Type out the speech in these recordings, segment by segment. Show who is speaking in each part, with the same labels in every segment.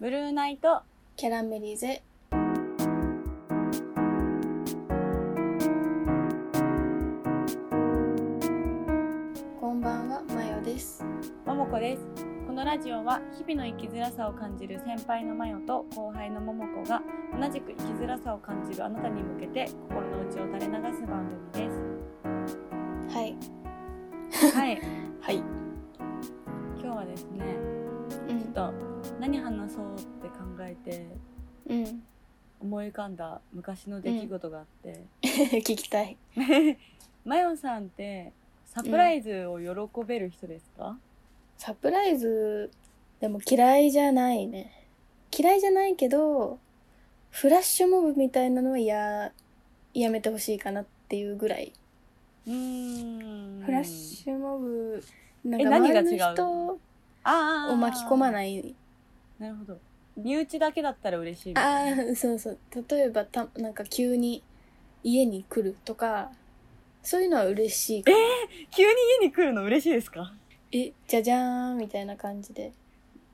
Speaker 1: ブルーナイト
Speaker 2: キャラメリゼこんばんはマヨです
Speaker 1: ももこですこのラジオは日々の生きづらさを感じる先輩のマヨと後輩のももこが同じく生きづらさを感じるあなたに向けて心の内を垂れ流す番組で
Speaker 2: はい
Speaker 1: すはい
Speaker 2: はい
Speaker 1: 今日はですね
Speaker 2: う
Speaker 1: ちょっ
Speaker 2: ん
Speaker 1: と何話そうって考えて
Speaker 2: うん
Speaker 1: 思い浮かんだ昔の出来事があって、
Speaker 2: 聞きたい
Speaker 1: マヨさんってサプライズを喜べる人ですか、
Speaker 2: サプライズでも嫌いじゃないね嫌いじゃないけどフラッシュモブみたいなのはややめてほしいかなっていうぐらい、
Speaker 1: うーん
Speaker 2: フラッシュモブなん
Speaker 1: え
Speaker 2: か
Speaker 1: 何が
Speaker 2: 周
Speaker 1: 違う
Speaker 2: りの人
Speaker 1: あー
Speaker 2: を巻き込ま
Speaker 1: い
Speaker 2: ない
Speaker 1: なるほど身内だけだったら嬉しいみた
Speaker 2: あ
Speaker 1: いな
Speaker 2: あそうそう例えばたなんか急に家に来るとかそういうのは嬉しいかな
Speaker 1: 急に家に来るの嬉しいですか
Speaker 2: えじゃじゃーんみたいな感 じで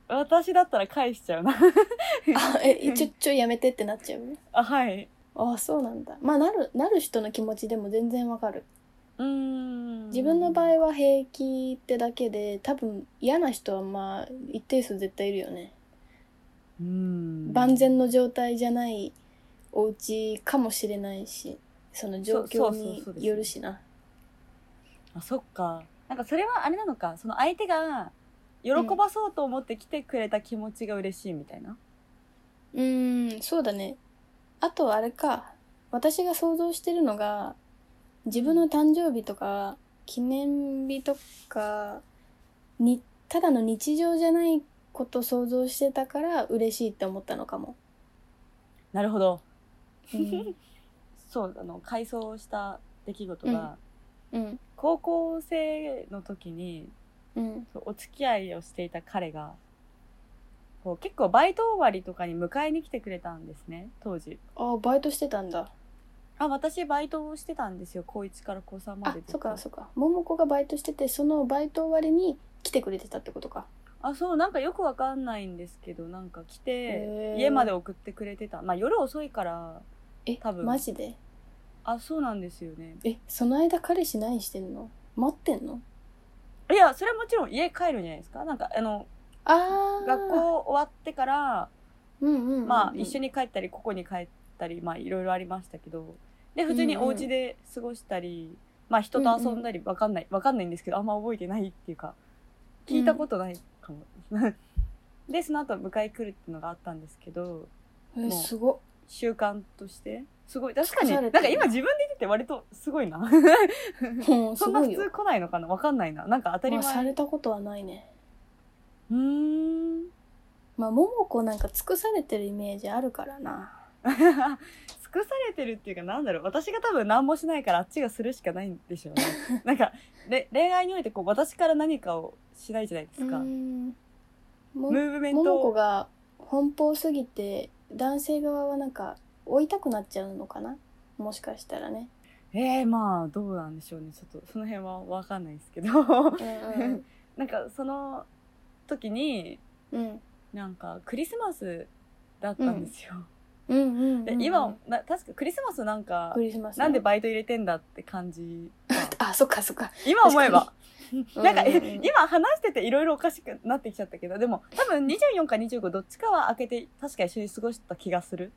Speaker 1: 私だったら返しちゃうな
Speaker 2: あえちょちょやめてってなっちゃう
Speaker 1: あはい
Speaker 2: ああそうなんだまあなるなる人の気持ちでも全然わかる
Speaker 1: うーん
Speaker 2: 自分の場合は平気ってだけで多分嫌な人はまあ一定数絶対いるよね、
Speaker 1: うーん
Speaker 2: 万全の状態じゃないお家かもしれないしその状況に
Speaker 1: そうそうそうそうです
Speaker 2: よるしな
Speaker 1: あそっかなんかそれはあれなのかその相手が喜ばそうと思って来てくれた気持ちが嬉しいみたいな、
Speaker 2: うーんそうだねあとはあれか私が想像してるのが自分の誕生日とか記念日とかにただの日常じゃないこと想像してたから嬉しいって思ったのかも、
Speaker 1: なるほど
Speaker 2: うん、
Speaker 1: そうあの改装した出来事が、
Speaker 2: ううん
Speaker 1: 高校生の時に
Speaker 2: うん
Speaker 1: そうお付き合いをしていた彼がこう結構バイト終わりとかに迎えに来てくれたんですね当時
Speaker 2: あバイトしてたんだ
Speaker 1: あ私バイトをしてたんですよ高1から高3ま
Speaker 2: あ
Speaker 1: でずっと
Speaker 2: そっかそっか桃子がバイトしててそのバイト終わりに来てくれてたってことか
Speaker 1: あそうなんかよくわかんないんですけどなんか来て
Speaker 2: へー
Speaker 1: 家まで送ってくれてたまあ夜遅いから
Speaker 2: え
Speaker 1: 多分
Speaker 2: マジで
Speaker 1: あそうなんですよね
Speaker 2: えその間彼氏何してんの待ってんの
Speaker 1: いやそれはもちろん家帰るんじゃないですかなんかあの
Speaker 2: ああ
Speaker 1: 学校終わってから
Speaker 2: うんうんうんうん
Speaker 1: まあ一緒に帰ったりここに帰ったりまあいろいろありましたけどで普通にお家で過ごしたり、まあ人と遊んだりわかんないわかんないんですけどあんま覚えてないっていうか聞いたことないかも、でその後迎え来るっていうのがあったんですけど
Speaker 2: え
Speaker 1: もう
Speaker 2: すごっ
Speaker 1: 習慣としてすごい確かに
Speaker 2: 尽
Speaker 1: な
Speaker 2: くさ
Speaker 1: ん
Speaker 2: れて
Speaker 1: か
Speaker 2: る
Speaker 1: 今自分で言ってて割とすごい な
Speaker 2: うんす
Speaker 1: そんな
Speaker 2: ご
Speaker 1: 普
Speaker 2: いよ
Speaker 1: 通来ないのかなわかんないななんか当たり
Speaker 2: まあ
Speaker 1: 前、
Speaker 2: されたことはないね
Speaker 1: うーん
Speaker 2: まあ桃子なんか尽くされてるイメージあるからな
Speaker 1: 尽くされてるっていうかなんだろう私が多分何もしないからあっちがするしかないんでしょうね なんかれ恋愛においてこう私から何かをしないじゃないですか、
Speaker 2: うーんも
Speaker 1: ムーブメント
Speaker 2: 桃子
Speaker 1: を
Speaker 2: が奔放すぎて男性側はなんか追いたくなっちゃうのかなもしかしたらね
Speaker 1: えー、まあどうなんでしょうねちょっとその辺は分かんないですけど
Speaker 2: うん
Speaker 1: なんかその時に
Speaker 2: うんうん
Speaker 1: なんかクリスマスだったんですよ、
Speaker 2: うんうん
Speaker 1: で今な確かクリスマスなんか
Speaker 2: クリスマスね
Speaker 1: なんでバイト入れてんだって感じ
Speaker 2: あそっかそっか
Speaker 1: 今思えば
Speaker 2: うん
Speaker 1: なんか、え
Speaker 2: うんうん
Speaker 1: 今話してていろいろおかしくなってきちゃったけどでも多分24か25どっちかは開けて確か一緒に過ごした気がする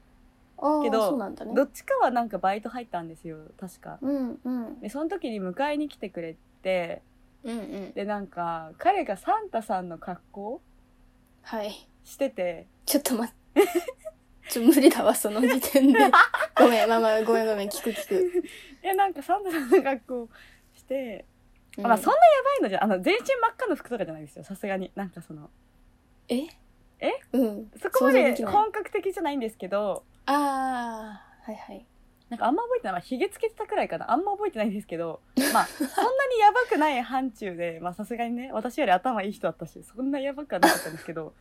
Speaker 2: ああ
Speaker 1: けど
Speaker 2: そうなんだね
Speaker 1: どっちかはなんかバイト入ったんですよ確か
Speaker 2: うんうん
Speaker 1: でその時に迎えに来てくれて
Speaker 2: うんうん
Speaker 1: でなんか彼がサンタさんの格好
Speaker 2: はい
Speaker 1: してて
Speaker 2: ちょっと待ってちょ無理だわその 時点でごめんママごめんごめん聞く聞く、
Speaker 1: いやなんかサンタさんの格好して、
Speaker 2: う ん
Speaker 1: まあそんなやばいのじゃあの全身真っ赤の服とかじゃないですよさすがになんかその
Speaker 2: え
Speaker 1: え
Speaker 2: うん
Speaker 1: そこま
Speaker 2: 想像
Speaker 1: で
Speaker 2: きない
Speaker 1: 本格的じゃないんですけど、
Speaker 2: ああはいはい
Speaker 1: なんかあんま覚えてない。まあ、ひげつけてたくらいかな。あんま覚えてないんですけど、まあ、そんなにやばくない範疇で、まあさすがにね、私より頭いい人だったし、そんなやばくはなかったんですけど、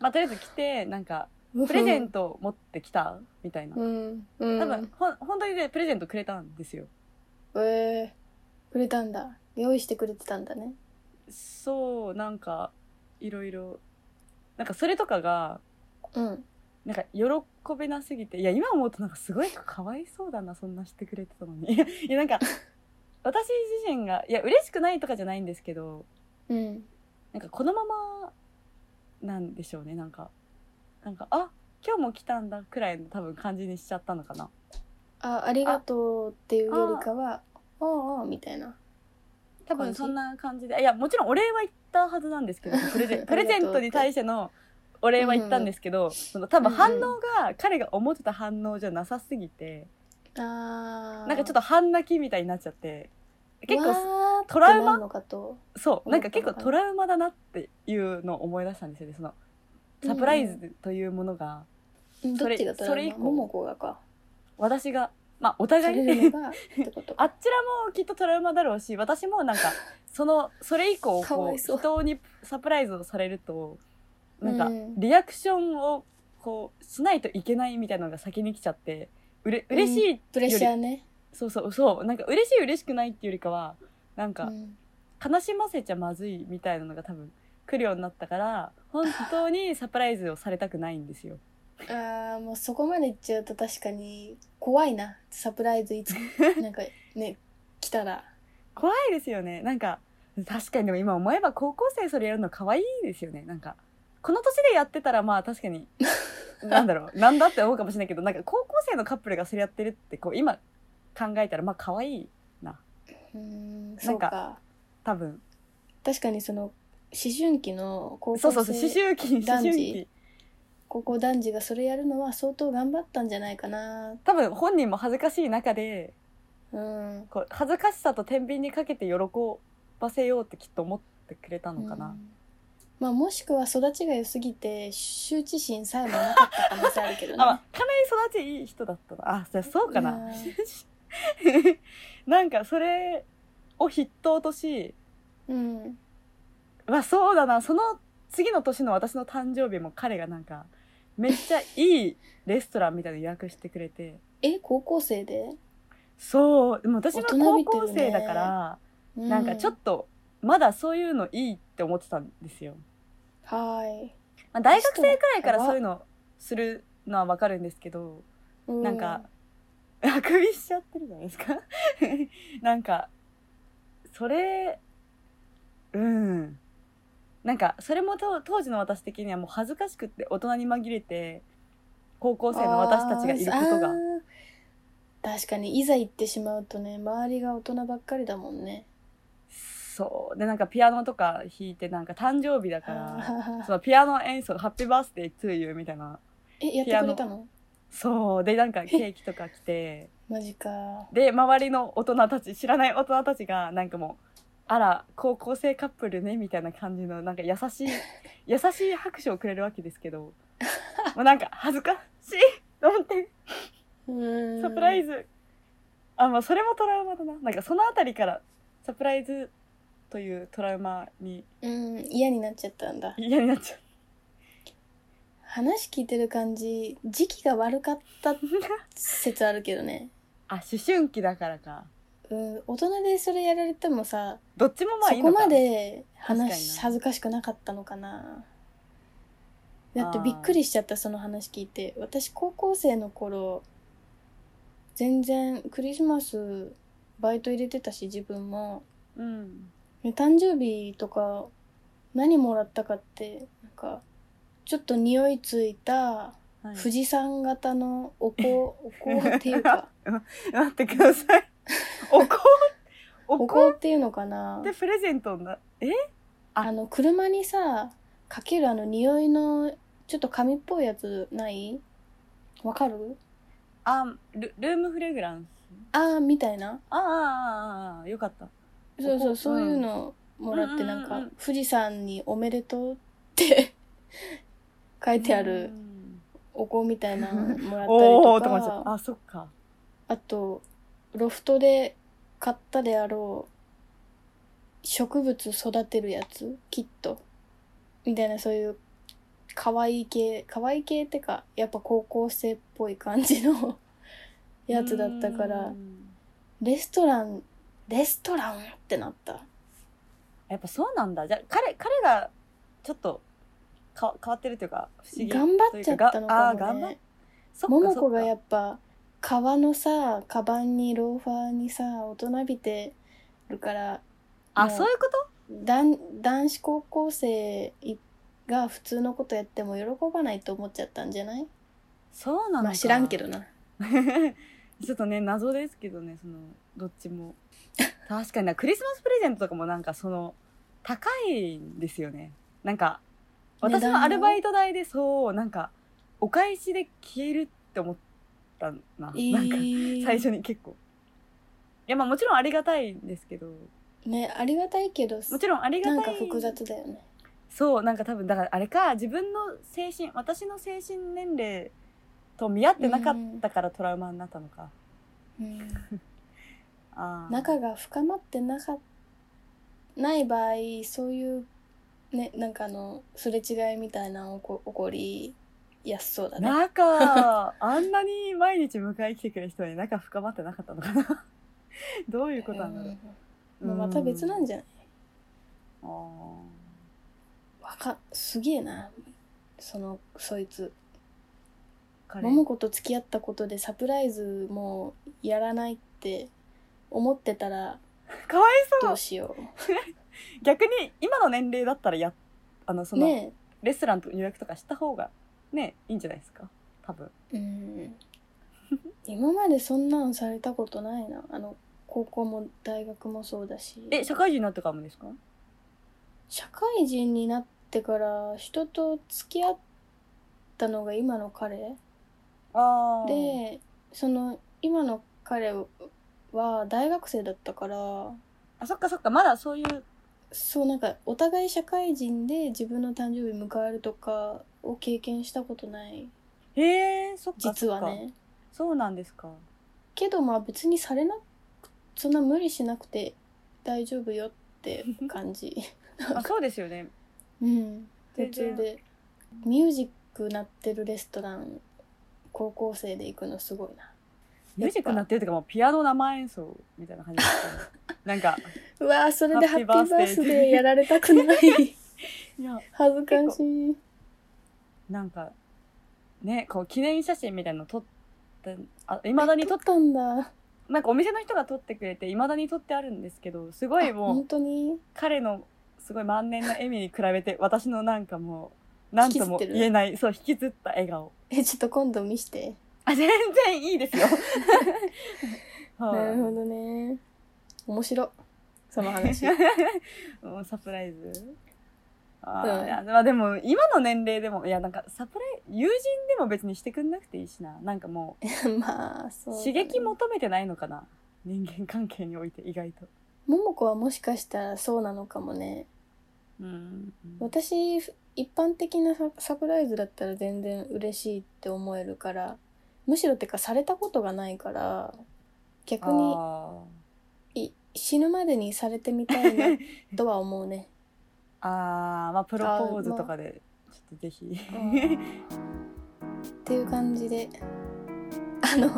Speaker 1: まあとりあえず来て、なんか、プレゼントを持ってきたみたいな。
Speaker 2: うんうん
Speaker 1: 多分、ほん、本当にね、プレゼントくれたんですよ。
Speaker 2: えー、くれたんだ用意してくれてたんだね
Speaker 1: そう、なんか、いろいろ。なんかそれとかが、
Speaker 2: うん。
Speaker 1: なんか喜べなすぎていや今思うとなんかすごいかわいそうだなそんなしてくれてたのに いやなんか私自身がいや嬉しくないとかじゃないんですけど
Speaker 2: うん。
Speaker 1: なんかこのままなんでしょうねなんかなんかあ今日も来たんだくらいの多分感じにしちゃったのかな
Speaker 2: あ、ありがとうっていうよりかは、おうおうみたいな。
Speaker 1: 多分そんな感じでいやもちろんお礼は言ったはずなんですけ どプレゼンプレゼントに対してのお礼は言ったんですけど、その多分反応が彼が思ってた反応じゃなさすぎて、
Speaker 2: あ
Speaker 1: なんかちょっと半泣きみたいになっちゃって結構
Speaker 2: 構
Speaker 1: トラウマ
Speaker 2: のかと。
Speaker 1: そうなんか
Speaker 2: 思った
Speaker 1: 結
Speaker 2: のかな
Speaker 1: 構トラウマだなっていうのを思い出したんですよねそのサプライズというものが
Speaker 2: うんど
Speaker 1: そ
Speaker 2: っ
Speaker 1: れ
Speaker 2: ちがトラ
Speaker 1: そ
Speaker 2: ウマ
Speaker 1: れ以降
Speaker 2: ももこがか。
Speaker 1: 私がまあお
Speaker 2: さ
Speaker 1: 互い
Speaker 2: れるのがってこと。
Speaker 1: あっちらもきっとトラウマだろうし私もなんか そのそれ以降
Speaker 2: かわ
Speaker 1: こ
Speaker 2: いうそう
Speaker 1: 人にサプライズをされるとなんか
Speaker 2: うん
Speaker 1: リアクションをこうしないといけないみたいなのが先に来ちゃってうれ嬉しい、
Speaker 2: プレッシャーね。
Speaker 1: そうそうそうなんか嬉しい嬉しくないっていうよりかはなん
Speaker 2: う
Speaker 1: か
Speaker 2: ん
Speaker 1: 悲しませちゃまずいみたいなのが多分来るようになったから本当にサプライズをされたくないんですよ。
Speaker 2: ああ、もうそこまでいっちゃうと確かに怖いな。サプライズ いつ、なんかね、来たら。
Speaker 1: 怖いですよねなんか確かにでも今思えば高校生それやるの可愛いですよねなんかこの年でやってたらまあ確か になんだろうなんだって思うかもしれないけどなんか高校生のカップルがそれやってるってこう今考えたらまあ可愛いう
Speaker 2: ーん、そう
Speaker 1: なん
Speaker 2: か。
Speaker 1: 多分
Speaker 2: 確かにその、思春期の高校生
Speaker 1: そうそうそう思春期思
Speaker 2: 男児
Speaker 1: 春期
Speaker 2: 高校男児がそれやるのは相当頑張ったんじゃないかな。
Speaker 1: 多分本人も恥ずかしい中で
Speaker 2: うん。
Speaker 1: こう恥ずかしさと天秤にかけて喜ばせようってきっと思ってくれたのかな、
Speaker 2: うんまあもしくは育ちが良すぎて羞恥心さえもなかった可能性あるけど ね。
Speaker 1: あ、まあ、かなり育ちいい人だったなあじゃあそうかな、
Speaker 2: うん
Speaker 1: なんかそれを筆頭とし
Speaker 2: うん。
Speaker 1: まあそうだなその次の年の私の誕生日も彼がなんかめっちゃいいレストランみたいなの予約してくれて
Speaker 2: え、高校生で、
Speaker 1: そうでも私は
Speaker 2: 大人
Speaker 1: 高
Speaker 2: びてる
Speaker 1: 校
Speaker 2: ね
Speaker 1: 生だから、
Speaker 2: う
Speaker 1: なんかちょっとまだそういうのいいって思ってたんですよ、
Speaker 2: はい。
Speaker 1: まあ、大学生くらいからそういうのするのはわかるんですけど
Speaker 2: う
Speaker 1: なんか、あくびしちゃってるじゃないですか。 なんか、それ、うん。なんか、それもと当時の私的にはもう恥ずかしくって大人に紛れて、高校生の私たちがいること
Speaker 2: あ
Speaker 1: が。
Speaker 2: ー確かにいざ行ってしまうとね周りが大人ばっかりだもんね
Speaker 1: そう。で、なんかピアノとか弾いて、なんか誕生日だから、
Speaker 2: あ
Speaker 1: そ
Speaker 2: ー
Speaker 1: のピアノ演奏、ハッピーバースデートゥーユーみたいな。
Speaker 2: えやってくれたの
Speaker 1: そう。で、なんかケーキとか来て、
Speaker 2: マジか
Speaker 1: で周りの大人たち知らない大人たちがなんかもうあら高校生カップルねみたいな感じのなんか優 しい優しい拍手をくれるわけですけど もうなんか恥ずかしいと思ってサ
Speaker 2: サ
Speaker 1: プライ
Speaker 2: ズ
Speaker 1: ズあまあそれもトラウマだななんかそのあたりからサプライズというトラウマに
Speaker 2: うん嫌になっちゃったんだ
Speaker 1: 嫌になっちゃう
Speaker 2: 話聞いてる感じ時期が悪かった説あるけどね
Speaker 1: あ思春期だからか
Speaker 2: うん大人でそれやられてもさ
Speaker 1: どっちもまあ
Speaker 2: そ
Speaker 1: いい
Speaker 2: こ
Speaker 1: のか
Speaker 2: まで話
Speaker 1: 確かに
Speaker 2: し
Speaker 1: な
Speaker 2: 恥ずかしくなかったのかなだって
Speaker 1: あー
Speaker 2: びっくりしちゃったその話聞いて私高校生の頃全然クリスマスバイト入れてたし自分も
Speaker 1: うん
Speaker 2: ね誕生日とか何もらったかってなんかちょっと匂いついた
Speaker 1: はい
Speaker 2: 富士山型のお 香、お香っていうか
Speaker 1: 待ってくだ さいおこお
Speaker 2: お
Speaker 1: こ
Speaker 2: 香っていうのかな
Speaker 1: でプレゼントなえあ
Speaker 2: あの車にさかけるあの匂いのちょっと紙っぽいやつないわかる
Speaker 1: あルルームフレグランス
Speaker 2: あーみたいな
Speaker 1: ああああああよかった
Speaker 2: そうそ
Speaker 1: お
Speaker 2: う
Speaker 1: 香
Speaker 2: そういうのもらっ
Speaker 1: う
Speaker 2: て
Speaker 1: んうんうん
Speaker 2: なん
Speaker 1: う
Speaker 2: か
Speaker 1: ん
Speaker 2: 「富士山におめでとう」って書いてあ
Speaker 1: う
Speaker 2: る
Speaker 1: ん
Speaker 2: お香みたいなのもらったり
Speaker 1: おお
Speaker 2: と
Speaker 1: とか思っちゃった
Speaker 2: か
Speaker 1: あそっか
Speaker 2: あとロフトで買ったであろう植物育てるやつキットみたいなそういう可愛い系可愛い系ってかやっぱ高校生っぽい感じの やつだったか
Speaker 1: う
Speaker 2: ら
Speaker 1: ん
Speaker 2: レストランレストランってなった
Speaker 1: やっぱそうなんだじゃあ彼彼がちょっとか変わってるというか不思議
Speaker 2: 頑張っちゃった
Speaker 1: とい
Speaker 2: のか
Speaker 1: うがあー頑
Speaker 2: も
Speaker 1: 張っ
Speaker 2: ね
Speaker 1: そっかそっ
Speaker 2: 桃
Speaker 1: か
Speaker 2: 子がやっぱ革のさカバンにローファーにさ大人びてるから
Speaker 1: あ
Speaker 2: もう
Speaker 1: そういうこと
Speaker 2: 男男子高校生が普通のことやっても喜ばないと思っちゃったんじゃない
Speaker 1: そうなのか
Speaker 2: まあ知らんけどな
Speaker 1: ちょっとね謎ですけどねそのどっちも確かになクリスマスプレゼントとかもなんかその高いんですよねなんか私
Speaker 2: 値段
Speaker 1: の
Speaker 2: が
Speaker 1: アルバイト代でそうなんかお返しで消えるって思ったな,、
Speaker 2: え
Speaker 1: なんか
Speaker 2: ー
Speaker 1: 最初に結構いやまあもちろんありがたいんですけど
Speaker 2: ねありがたいけど
Speaker 1: もちろんありが
Speaker 2: な
Speaker 1: たい
Speaker 2: んか複雑だよね
Speaker 1: そうなんか多分だからあれか自分の精神私の精神年齢と見合ってなかったからトラウマになったのか、
Speaker 2: うん
Speaker 1: ああ
Speaker 2: 仲が深まってなかない場合そういうねなんかあのすれ違いみたいなの起こ起こりやすそうだね
Speaker 1: 仲あんなに毎日迎えに来てくれる人に仲深まってなかったのかな どういうことなんだろう、
Speaker 2: うんまあまた別なん
Speaker 1: じ
Speaker 2: じゃない
Speaker 1: ゃん
Speaker 2: わかすげえなそのそいつ
Speaker 1: 彼
Speaker 2: 桃子と付き合ったことでサプライズもうやらないって思ってたら
Speaker 1: かわいそ
Speaker 2: ど
Speaker 1: う
Speaker 2: うしよ
Speaker 1: 逆に今の年齢だったらやあのそうの、
Speaker 2: ね
Speaker 1: レストランと予約とかした方がねいいんじゃないですか多分
Speaker 2: えうん 今までそんなのされたことないなあの高校も大学もそうだし
Speaker 1: え社会人になってからもですか
Speaker 2: 社会人になってから人と付き合ったのが今の彼
Speaker 1: ああ
Speaker 2: でその今の彼は大学生だったから
Speaker 1: あそっかそっかまだそういう
Speaker 2: そうなんかお互い社会人で自分の誕生日迎えるとかを経験したことない
Speaker 1: へえそっかそっか
Speaker 2: 実はね
Speaker 1: そうなんです か
Speaker 2: けどまあ別にされなくそんな無理しなくて大丈夫よって感 じ
Speaker 1: あそうですよね
Speaker 2: うん普
Speaker 1: 全然
Speaker 2: 通でミュージック鳴ってるレストラン高校生で行くのすごいな
Speaker 1: ミュージックになってるとかもうピアノ生演奏みたいな感じですかねなんか
Speaker 2: うわーそれでハ
Speaker 1: ハッピ
Speaker 2: ッピー
Speaker 1: ー
Speaker 2: バ
Speaker 1: バースデー
Speaker 2: ースデーやられたくない
Speaker 1: いや
Speaker 2: 恥ずかしい
Speaker 1: なんかねこう記念写真みたいなの撮ってあいまだに撮
Speaker 2: 撮
Speaker 1: っ
Speaker 2: ったんだ
Speaker 1: なんかお店の人が撮ってくれていまだに撮ってあるんですけどすごい
Speaker 2: あ
Speaker 1: も
Speaker 2: 本
Speaker 1: う
Speaker 2: 当に
Speaker 1: 彼のすごい万年の笑みに比べて私のなんかもうなんとも
Speaker 2: 引きずってる
Speaker 1: 言えないそう引きずった笑顔
Speaker 2: えちょっと今度見して
Speaker 1: あ全然いいです よはい
Speaker 2: なるほどね面白その話
Speaker 1: もうサプライズあー、
Speaker 2: うん
Speaker 1: いやまあでも今の年齢でもいやなんかサプライ友人でも別にしてくんなくていいしななんかもう
Speaker 2: まあそうだね
Speaker 1: 刺激求めてないのかな、人間関係において意外と
Speaker 2: 桃子はもしかしたらそうなのかもね
Speaker 1: うん
Speaker 2: 私一般的なササプライズだったら全然嬉しいって思えるからむしろてかされたことがないから逆に
Speaker 1: あ
Speaker 2: い死ぬまでにされてみたい なとは思うね
Speaker 1: ーあーまあプロポーズとかでちょっとぜひ、
Speaker 2: っていう感じであの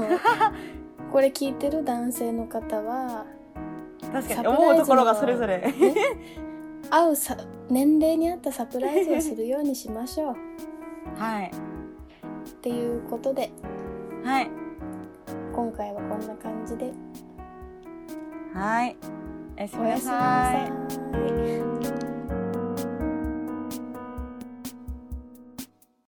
Speaker 2: これ聞いてる男性の方は
Speaker 1: 確か
Speaker 2: サ
Speaker 1: に
Speaker 2: プライズ
Speaker 1: 思うところがそれぞれ
Speaker 2: のね合うさ年齢に合ったサプライズをするようにしましょう
Speaker 1: はい
Speaker 2: っていうことで
Speaker 1: はい
Speaker 2: 今回はこんな感じで
Speaker 1: はいおやすみ
Speaker 2: お
Speaker 1: な
Speaker 2: やすみな
Speaker 1: さい
Speaker 2: さい。